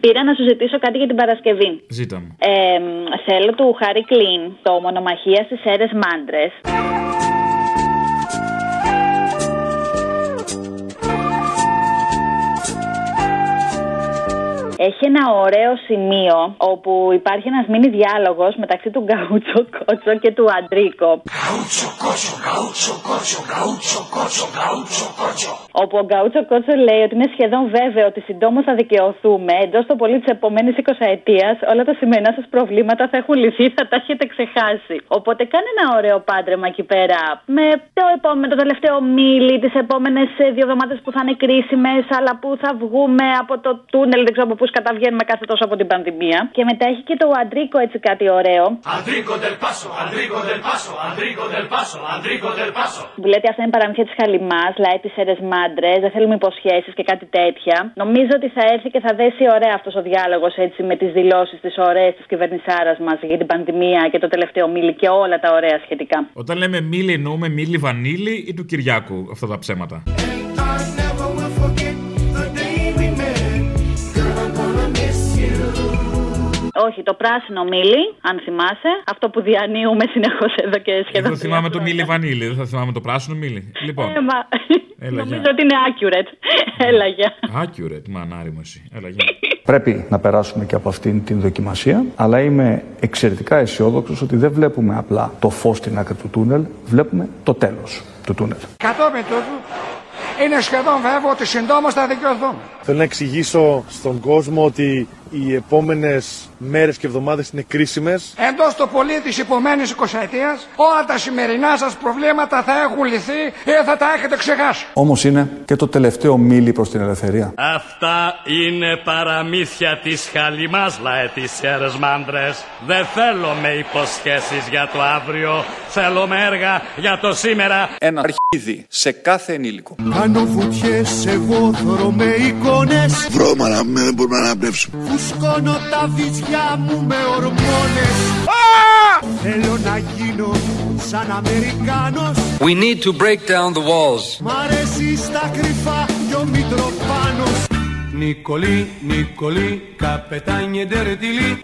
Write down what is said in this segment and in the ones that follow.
Πήρα να σου ζητήσω κάτι για την Παρασκευή. Ζήτα μου. Ε, θέλω του Χάρη Κλίν το μονομαχία στις αίρε μάντρες. Έχει ένα ωραίο σημείο όπου υπάρχει ένας μίνι διάλογος μεταξύ του Γκαούτσο Κότσο και του Αντρίκο. Όπου ο Γκαούτσο Κότσο λέει ότι είναι σχεδόν βέβαιο ότι συντόμως θα δικαιωθούμε. Εντός το πολύ της επόμενη 20 ετία, όλα τα σημερινά σας προβλήματα θα έχουν λυθεί, θα τα έχετε ξεχάσει. Οπότε κάνε ένα ωραίο πάντρεμα εκεί πέρα. Με το, επόμενο, το τελευταίο μίλι, τις επόμενες δύο εβδομάδες που θα είναι κρίσιμες, αλλά που θα βγούμε από το τούνελ, δεν ξέρω από πού καταβγαίνουμε κάθε τόσο από την πανδημία. Και μετά έχει και το Αντρίκο έτσι κάτι ωραίο. Andrico del Paso, Andrico del Paso, Andrico del Paso, Andrico del Paso. Που λέτε αυτά είναι παραμυθιά της Χαλιμάς, λαέ της Ερε Μάντρες, δεν θέλουμε υποσχέσεις και κάτι τέτοια. Νομίζω ότι θα έρθει και θα δέσει ωραία αυτός ο διάλογος έτσι με τις δηλώσεις τη ωραίες της κυβερνησάρας μας για την πανδημία και το τελευταίο μίλι και όλα τα ωραία σχετικά. Όταν λέμε μίλη, εννοούμε μίλη βανίλη ή του Κυριάκου, αυτά τα ψέματα. I never will forget the day we met. Girl, I'm gonna miss you. Όχι, το πράσινο μίλι, αν θυμάσαι, αυτό που διανύουμε συνεχώς εδώ και σχεδόν. Δεν θα τρία θυμάμαι το χρόνια. μίλι βανίλι, δεν θα θυμάμαι το πράσινο μίλι. Λοιπόν. Ε, μα... Έλα, Νομίζω γεια. Ναι. ότι είναι accurate. Έλα, γεια. Accurate, μανάρι μου εσύ. Έλα, γεια. Πρέπει να περάσουμε και από αυτήν την δοκιμασία, αλλά είμαι εξαιρετικά αισιόδοξος ότι δεν βλέπουμε απλά το φως στην άκρη του τούνελ, βλέπουμε το τέλος του τούνελ. Κατόπιν τούτου είναι σχεδόν βέβαιο ότι συντόμως θα δικαιωθούμε. Θέλω να εξηγήσω στον κόσμο ότι οι επόμενες μέρες και εβδομάδες είναι κρίσιμες. Εντός το πολύ της υπομένης 20 ετίας, όλα τα σημερινά σας προβλήματα θα έχουν λυθεί ή θα τα έχετε ξεχάσει. Όμως είναι και το τελευταίο μίλι προς την ελευθερία. Αυτά είναι παραμύθια της χαλιμάς λαέ της αίρες μάντρες. Δεν θέλω με υποσχέσεις για το αύριο, θέλω με έργα για το σήμερα. Ένα αρχίδι σε κάθε ενήλικο. Κάνω βουτιές εγώ θωρώ με εικόνες Βρώμα να μην μπορούμε να αναπνεύσουμε. Φουσκώνω τα βυζιά μου με ορμόνες Θέλω να γίνω σαν Αμερικάνος We need to break down the walls. Μ' αρέσει στα κρυφά κι ο Μητροπάνος Νικολή, Νικολή, καπετάνιε ντερτιλή.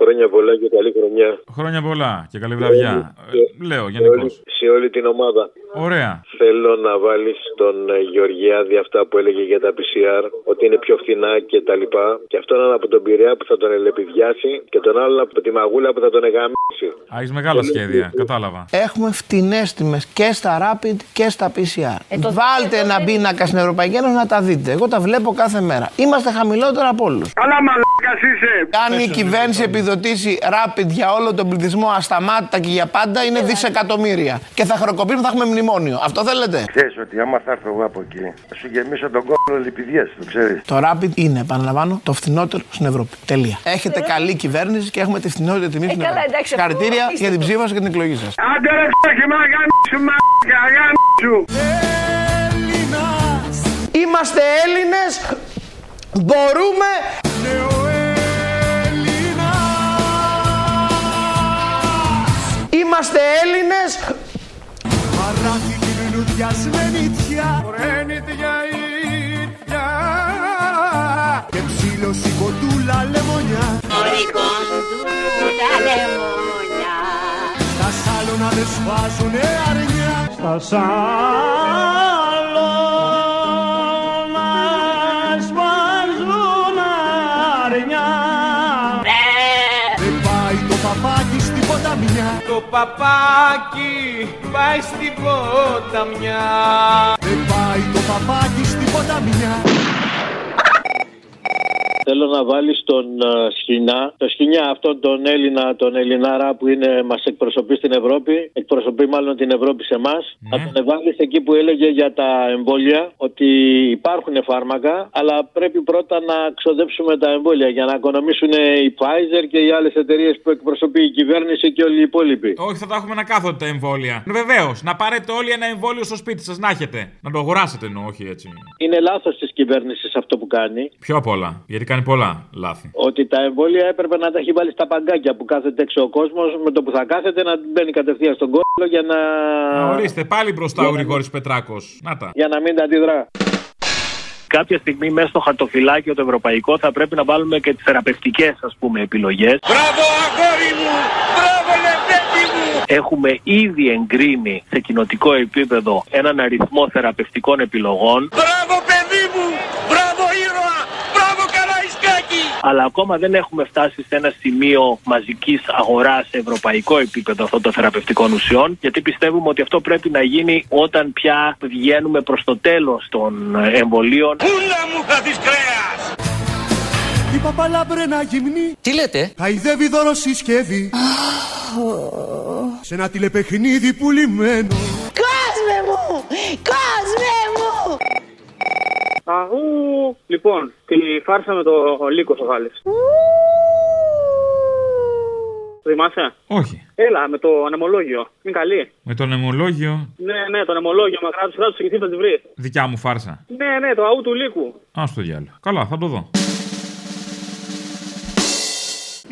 Χρόνια πολλά και καλή χρονιά. Χρόνια πολλά και καλή βραδιά. Ε, Λέω Σε όλη, γενικώ. σε όλη την ομάδα. Ωραία. Θέλω να βάλεις τον ε, Γεωργιάδη αυτά που έλεγε για τα PCR, ότι είναι πιο φθηνά και τα λοιπά. Και αυτόν έναν από τον Πειραιά που θα τον ελεπιδιάσει και τον άλλον από τη Μαγούλα που θα τον εγαμίσει. Α, Έχεις μεγάλα σχέδια, κατάλαβα. Έχουμε φτηνές τιμές και στα Rapid και στα PCR. Βάλτε ένα πίνακα στην Ευρωπαϊκή Ένωση να τα δείτε. Εγώ τα βλέπω κάθε μέρα. Είμαστε χαμηλότερα από όλους. Καλά μαλακάς είσαι Αν η κυβέρνηση επιδοτήσει Rapid για όλο τον πληθυσμό ασταμάτητα και για πάντα είναι δισεκατομμύρια. Και θα χρεοκοπήσουμε, θα έχουμε μνημόνιο. Αυτό θέλετε. Ξέρεις ότι άμα θα έρθω εγώ από εκεί, θα σου γεμίσω τον κόλλο λιπηδιές, το ξέρεις. Το Rapid είναι, επαναλαμβάνω, το φθηνότερο στην Ευρώπη. Τελεία. Έχετε καλή κυβέρνηση και έχουμε τη φθηνότερη Ε, τιμή στην καλά, Ευρώπη. εντάξει, αυτό Συγχαρητήρια αφήστε για την το. ψήφα σας και την εκλογή σας. Άντε ρε ξέχυμα γαμίσου μαλακά γαμίσου Έλληνας Είμαστε Έλληνες, μπορούμε... Είμαστε Έλληνες, Παράθυ την λουδιασμένη τιά Και ψήλωση κοντούλα λεμονιά Στα σάλωνα δεν σφάζουνε αρνιά Στα σάλωνα σφάζουν αρνιά Δεν πάει το παπάκι στην ποταμιά Το παπάκι πάει στην ποταμιά. Δεν πάει το παπάκι στην ποταμιά Θέλω να βάλεις τον ε, Σχοινιά, το Σχοινιά αυτόν τον Έλληνα, τον Ελληνάρα που είναι, μας εκπροσωπεί στην Ευρώπη, εκπροσωπεί μάλλον την Ευρώπη σε εμάς. Ναι. ε, Να τον βάλεις εκεί που έλεγε για τα εμβόλια, ότι υπάρχουν φάρμακα, αλλά πρέπει πρώτα να ξοδέψουμε τα εμβόλια για να οικονομήσουν η Pfizer και οι άλλες εταιρείες που εκπροσωπεί η κυβέρνηση και όλοι οι υπόλοιποι. Όχι, θα τα έχουμε να κάθονται τα εμβόλια. Βεβαίως, να πάρετε όλοι ένα εμβόλιο στο σπίτι σας, να έχετε. Να το αγοράσετε εννοώ, όχι έτσι. Είναι λάθος της κυβέρνησης αυτό που κάνει. Πιο απ' όλα. Γιατί κάνει πολλά λάθη. Ότι τα εμβόλια έπρεπε να τα έχει βάλει στα παγκάκια που κάθεται έξω ο κόσμος, με το που θα κάθεται να μπαίνει κατευθείαν στον κόλλο για να. Ορίστε, πάλι μπροστά ο Γρηγόρης Πετράκος. Να τα. Για να μην τα αντιδρά. κάποια στιγμή μέσα στο χαρτοφυλάκιο το ευρωπαϊκό θα πρέπει να βάλουμε και τις θεραπευτικές, ας πούμε, επιλογές. Μπράβο, αγόρι μου! Μπράβο, λεβέτη μου! Έχουμε ήδη εγκρίνει σε κοινοτικό επίπεδο έναν αριθμό θεραπευτικών επιλογών. Μπράβο, παιδί μου! Μπράβο, ήρωα! Μπράβο, καραϊσκάκι! αλλά ακόμα δεν έχουμε φτάσει σε ένα σημείο μαζικής αγοράς σε ευρωπαϊκό επίπεδο αυτών των θεραπευτικών ουσιών, γιατί πιστεύουμε ότι αυτό πρέπει να γίνει όταν πια βγαίνουμε προς το τέλος των εμβολίων. Πούλα μου θα της κρέας! Η παπαλαμπρένα γυμνή Τι λέτε? Χαϊδεύει δωροσκευή Σε ένα τηλεπαιχνίδι πουλημένο Κόσμε μου! Κόσμε μου! Αγού. Λοιπόν, τη φάρσα με το λύκο στο Γάλλη. Το θυμάσαι? Όχι. Έλα, με το ανεμολόγιο. Είναι καλή. Με το νεμολόγιο, Ναι, ναι, το ανεμολόγιο. Μακρά του κράτου εκεί θα τη βρεις. δικιά μου φάρσα. Ναι, ναι, το αού του λύκου. Ας το διάλογο. Καλά, θα το δω.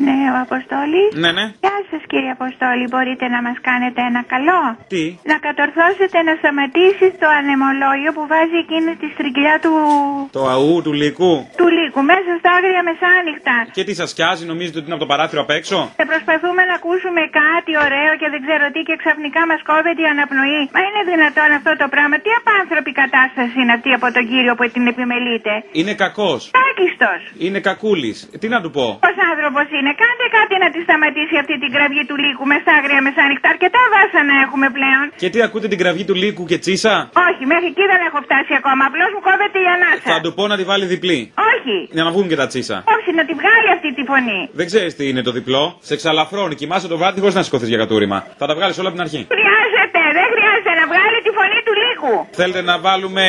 Ναι, ο Αποστόλη. Ναι, ναι. Γεια σας, κύριε Αποστόλη. Μπορείτε να μας κάνετε ένα καλό. Τι. Να κατορθώσετε να σταματήσει το ανεμολόγιο που βάζει εκείνη τη στριγκλιά του, Το αού του λύκου. του λύκου μέσα στα άγρια μεσάνυχτα. Και τι σας πιάζει, νομίζετε ότι είναι από το παράθυρο απ' έξω. Και προσπαθούμε να ακούσουμε κάτι ωραίο και δεν ξέρω τι και ξαφνικά μας κόβεται η αναπνοή. Μα είναι δυνατόν αυτό το πράγμα. Τι απάνθρωπη κατάσταση είναι αυτή από τον κύριο που την επιμελείται. Είναι κακός. Τάκιστο. Είναι κακούλης. Τι να του πω. Πώ άνθρωπος είναι, κάντε κάτι να τη σταματήσει αυτή την κραυγή του λύκου με στα άγρια μεσάνυχτα. Αρκετά βάσανα έχουμε πλέον. Και τι ακούτε την κραυγή του λύκου και τσίσα. Όχι, μέχρι εκεί δεν έχω φτάσει ακόμα. Απλώς μου κόβεται η ανάσα. Θα του πω να τη βάλει διπλή. Όχι. Για να βγουν και τα τσίσα. Όχι, να τη βγάλει αυτή τη φωνή. Δεν ξέρεις τι είναι το διπλό. Σε ξαλαφρώνει. Κοιμάσαι το βράδυ χωρίς να σηκωθείς για κατούριμα. Θα τα βγάλεις όλα από την αρχή. Χρειάζεται, δεν χρειάζεται να βγάλει τη φωνή του λύκου. Θέλετε να βάλουμε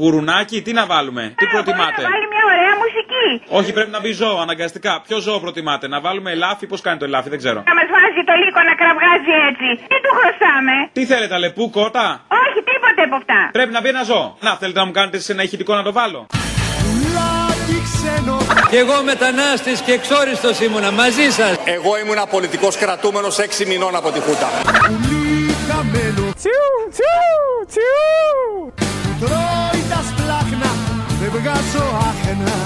γουρουνάκι, τι να βάλουμε, τι προτιμάτε. Βάλει μια ωραία μουσική. Όχι, πρέπει να μπει ζώο αναγκαστικά. Ποιο ζώο προτιμάτε, να βάλουμε ελάφι, πώς κάνει το ελάφι, δεν ξέρω. Να μας βάζει το λύκο να κραυγάζει έτσι. Τι του χρωστάμε. Τι θέλετε, αλεπού, κότα. Όχι, τίποτε από αυτά. Πρέπει να μπει ένα ζώο. Να, θέλετε να μου κάνετε σε ένα ηχητικό να το βάλω. Λάκι ξένο Κι εγώ μετανάστης και εξόριστος ήμουνα μαζί σας. Εγώ ήμουν πολιτικός κρατούμενος 6 μηνών από τη Χούντα. πουλί χαμένο Τσιου, τσιου, τσιου Τρώει τα σπλάχνα, δεν βγάζω άχνα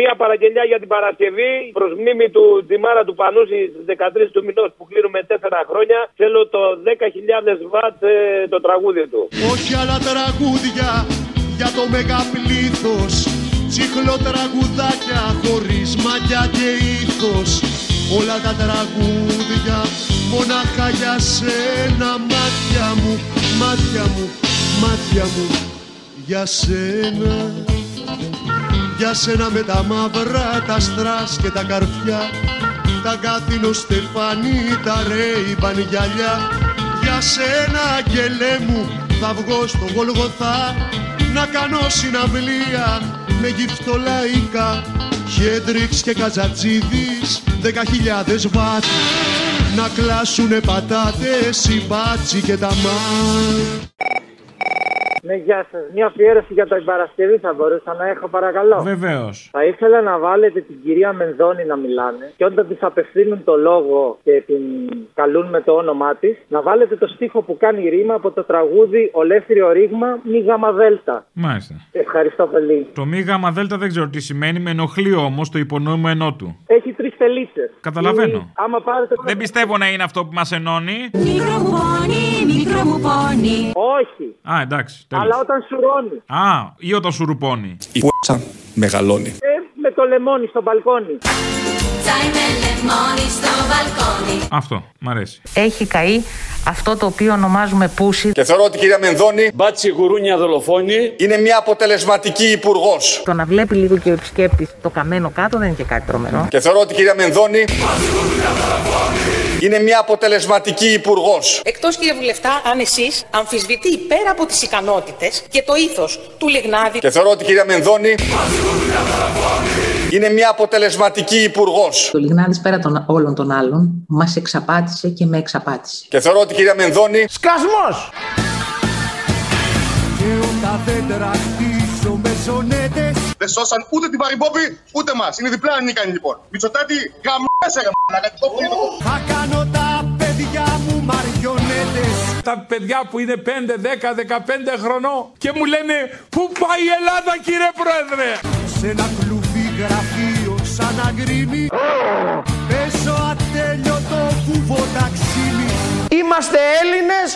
Μία παραγγελιά για την Παρασκευή προς μνήμη του Τζιμάρα του Πανούση στι 13 του μηνός που κλείνουμε 4 χρόνια. Θέλω το 10.000 βατ ε, το τραγούδι του. Όχι άλλα τραγούδια για το μεγαπλήθος Τσίχλο τραγουδάκια χωρίς μαγιά και ήθος Όλα τα τραγούδια μονάχα για σένα Μάτια μου, μάτια μου, μάτια μου για σένα Για σένα με τα μαύρα, τα στράς και τα καρφιά Τα κάθινο στεφάνι, τα ρέιμπαν γυαλιά Για σένα αγγελέ μου θα βγω στο Γολγοθά Να κάνω συναυλία με γυφτολαϊκά Χέντριξ και Καζατζίδης, δέκα χιλιάδες βάτ Να κλάσουνε πατάτες, η μπάτσι και τα μάτ Ναι, γεια σας. Μια αφιέρωση για την Παρασκευή θα μπορούσα να έχω, παρακαλώ. Βεβαίως. Θα ήθελα να βάλετε την κυρία Μενδώνη να μιλάνε και όταν της απευθύνουν το λόγο και την καλούν με το όνομά της, να βάλετε το στίχο που κάνει ρήμα από το τραγούδι Ολέθριο Ρήγμα Μη Γάμα Δέλτα. Μάλιστα. Ευχαριστώ πολύ. Το μη γάμα δέλτα δεν ξέρω τι σημαίνει, με ενοχλεί όμως το υπονόημα ενό του. Έχει τρεις τελίτσε. Καταλαβαίνω. Άμα πάρετε. Δεν πιστεύω να είναι αυτό που μας ενώνει. Μικρό μου πόνι, μικρό μου πόνι. Όχι. Α, εντάξει. τέλος. Αλλά όταν σουρώνει. Α, ή όταν σου ρουπώνει. Η πουέτσα μεγαλώνει. Ε, με το λεμόνι στο μπαλκόνι. Τσάι με λεμόνι στο μπαλκόνι. Αυτό, μ' αρέσει. Έχει καεί αυτό το οποίο ονομάζουμε πούσι. Και θεωρώ ότι η κυρία Μενδώνη, μπάτσι γουρούνια δολοφόνη, είναι μια αποτελεσματική υπουργός. Το να βλέπει λίγο και ο επισκέπτης το καμένο κάτω δεν είναι και κάτι τρομερό. Και θεωρώ ότι η κυρία Μενδώνη, είναι μια αποτελεσματική υπουργός. Εκτός κύριε Βουλευτά, αν εσείς αμφισβητεί πέρα από τις ικανότητες και το ήθος του Λιγνάδη. Και θεωρώ ότι η κυρία Μενδώνη, είναι μια αποτελεσματική υπουργός. Ο Λιγνάδης πέρα των όλων των άλλων μας εξαπάτησε και με εξαπάτησε. Και θεωρώ ότι η κυρία Μενδώνη, Σκασμός! Και όταν δεν τρακτήσω με ζωνέτες Δεν σώσαν ούτε την Παρυμπόπη ούτε μας. Είναι διπλά ανίκανοι λοιπόν. Μητσοτάτη, γαμιέσαι ρε μαλάκα. Τι το πήρε. Θα κάνω τα παιδιά μου μαριονέτες Τα παιδιά που είναι 5, 10, 15 χρονών και μου λένε Πού πάει η Ελλάδα, κύριε Πρόεδρε. σε ένα κλουβί γραφείο σαν αγρίμι Πέσω ατέλειωτο κουβό ταξίμι Είμαστε Έλληνες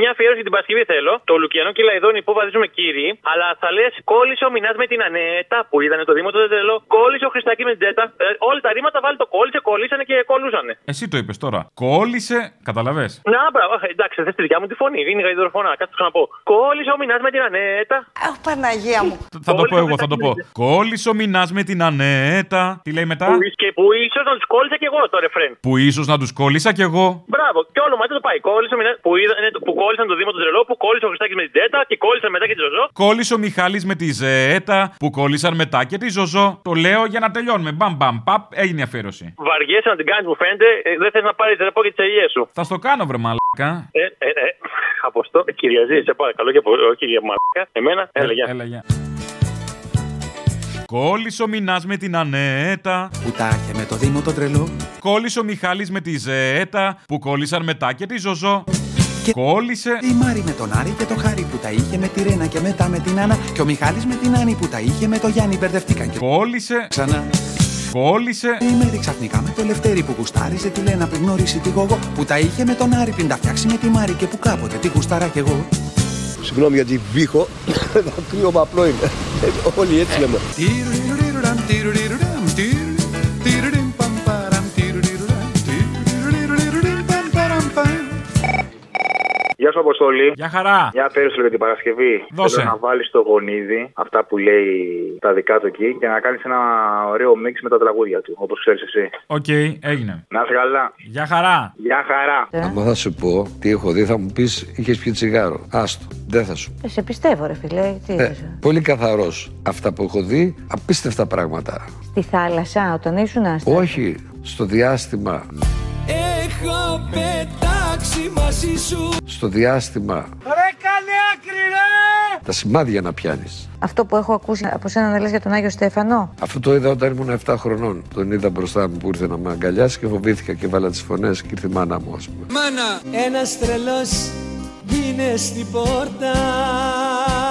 Μια αφιέρωση για την Πασκευή θέλω. Το Λουκιανό και Λαϊδόνι που βαδίζουμε κύριοι. Αλλά θα λες κόλλησε ο Μινάς με την Ανέτα που ήταν το Δήμο το Τετρελό. Κόλλησε ο Χριστακή με την Τέτα. Ε, όλα τα ρήματα βάλει το κόλλησε, κόλλησανε και κολούσανε. Εσύ το είπες τώρα. Κόλλησε, καταλαβες. Να, μπράβο, ε, εντάξει, θες τη δικιά μου τη φωνή. Είναι γαϊδορφωνά, κάτσε το ξαναπώ. Κόλλησε ο Μινάς με την Ανέτα. Αχ, Παναγία μου. Θα το πω εγώ, θα το πω. Κόλλησε ο Μινάς με την Ανέτα. Τι λέει μετά. Που ίσ- Και που ίσως να τους κόλλησα κι εγώ το ρεφρέν. Που ίσως να τους κόλλησα κι εγώ. Μπράβο, και όλο μαζί το πάει. Κόλλησε ο Μινάς- που, είδανε, που κόλλησαν το Δήμο του Τρελό, που κόλλησε ο Χριστάκης με την Τέτα και κόλλησαν μετά και τη Ζωζό. Κόλλησε ο Μιχάλης με τη Ζέτα που κόλλησαν μετά και τη Ζωζό. Το λέω για να τελειώνουμε. Μπαμ, μπαμ, παπ, έγινε η αφιέρωση. Βαριέσαι να την κάνεις, μου φαίνεται. Ε, δεν θες να πάρεις ρεπό για τι ελιέ σου. Θα στο κάνω, βρε μαλάκα. Ε, ε, ε, αποστό, κυριαζή, σε παρακαλώ και απο- όχι για μαλάκα. Εμένα, Ε, έλα, γεια. Κόλλησε ο Μινάς με την Ανέτα. Που με το Δήμο το τρελό. Κόλλησε ο Μιχάλης με τη Ζέτα που κόλλησαν μετά και τη Ζωζό. Και κόλλησε. Η Μάρη με τον Άρη και το Χάρη που τα είχε με τη Ρένα και μετά με την Άννα και ο Μιχάλης με την Άννη που τα είχε με το Γιάννη μπερδευτήκαν και κόλλησε ξανά. Κόλλησε η Μέρη ξαφνικά με το Λευτέρη που γουστάριζε τη Λένα πριν γνωρίσει τη Γογό που τα είχε με τον Άρη πριν τα φτιάξει με τη Μάρη και που κάποτε τη γουστάρα κι εγώ. Συγγνώμη γιατί βήχω, αλλά κρύωμα απλό είναι. Όλοι έτσι λέμε. Τιρουρουρουρουραμ, τιρουρουρουρουραμ, τιρου, τιρουρουρουρουραμ, παμ, παραμ, τιρουρουρουρουραμ, τιρουρουρουρουρουραμ, παμ, παραμ, παμ. Γεια σου, Αποστολή. Γεια χαρά. Μια αφιέρωση για την Παρασκευή. Δώσε. Θέλω να βάλεις το γονίδι αυτά που λέει τα δικά του εκεί και να κάνεις ένα ωραίο μίξ με τα τραγούδια του, όπως ξέρεις εσύ. Οκ, έγινε. Να είσαι καλά. Γεια χαρά. Γεια χαρά. Αν θα σου πω τι έχω δει, θα μου πεις είχες πιει τσιγάρο. Άστο, δεν θα σου πω. Ε, σε πιστεύω, ρε φιλέ. Τι Ε, πολύ καθαρός. Αυτά που έχω δει, απίστευτα πράγματα. Στη θάλασσα, όταν ήσουν άστα. Όχι, στο διάστημα. Έχω πετάξει μαζί σου Στο διάστημα. Ρε κάνε άκρη ρε Τα σημάδια να πιάνεις. Αυτό που έχω ακούσει από σένα να λες για τον Άγιο Στέφανο. Αυτό το είδα όταν ήμουν 7 χρονών. Τον είδα μπροστά μου που ήρθε να με αγκαλιάσει και φοβήθηκα και βάλα τις φωνές και ήρθε η μάνα μου, ας πούμε. Μάνα Ένας τρελός είναι στην πόρτα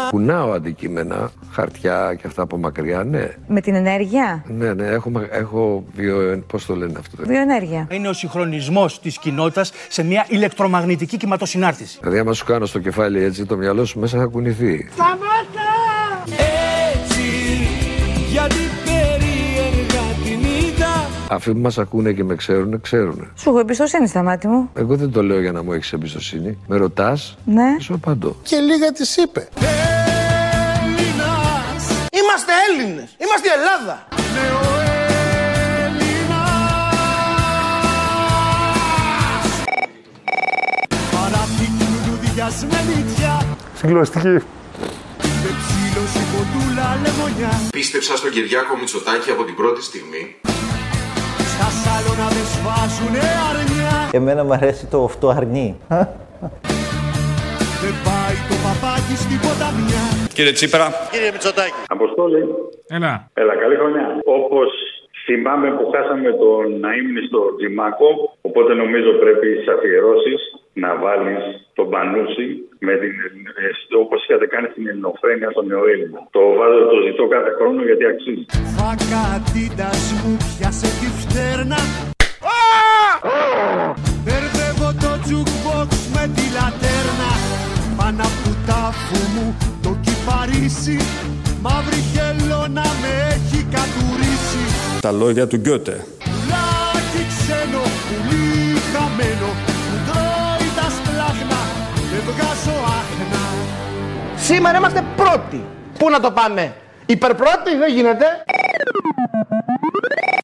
Κουνάω αντικείμενα, χαρτιά και αυτά από μακριά, ναι. Με την ενέργεια. Ναι, ναι, έχω, μα- έχω βιο... Πώς το λένε αυτό. Βιοενέργεια. Είναι ο συγχρονισμός της κοινότητας σε μια ηλεκτρομαγνητική κυματοσυνάρτηση. Δηλαδή, άμα σου κάνω στο κεφάλι έτσι, το μυαλό σου μέσα θα κουνηθεί. Σταμάτα Έτσι γιατί περίεργα την είδα Αφού μας ακούνε και με ξέρουν, ξέρουν. Σου έχω εμπιστοσύνη στα μάτια μου. Εγώ δεν το λέω για να μου έχεις εμπιστοσύνη. Με ρωτάς, Ναι. σου απαντώ. Και λίγα της είπε. Είμαστε Έλληνες. Είμαστε η Ελλάδα. Παραθήκνου λουδιασμένη πια Συγκλωστική. Με ψήλωση κοντούλα λεμονιά Πίστεψα στον Κυριάκο Μητσοτάκη από την πρώτη στιγμή. Στα σάλωνα δε σφάζουνε αρνιά Εμένα μου αρέσει το αυτό αρνί. Δεν πάει το παπάκι στην ποταμιά Κύριε Τσίπρα. Κύριε Μητσοτάκη Αποστόλη. Έλα. Έλα, καλή χρονιά. Όπως θυμάμαι που χάσαμε τον Ναΐμνη στο Τζιμάκο, οπότε νομίζω πρέπει στι αφιερώσεις να βάλεις τον Πανούση με την, όπως είχατε κάνει στην Ελληνοφρένεια τον Νεοέλληνα. Ναι, Το βάζω, το ζητώ κάθε χρόνο γιατί αξίζει. Θα κατήτας μου πιάσε τη φτέρνα Μπερδεύω το jukebox με τη λατέρνα Πάνω από τάφου μου το κυπαρίσι Μαύρη χελώνα με έχει κατουρίσει Τα λόγια του Γκιώτε. Πουλάκι ξένο, πουλί χαμένο Μου τρώει τα σπλάχνα, δεν βγάζω άχνα Σήμερα είμαστε πρώτοι. Πού να το πάμε. Υπερπρώτη δεν γίνεται.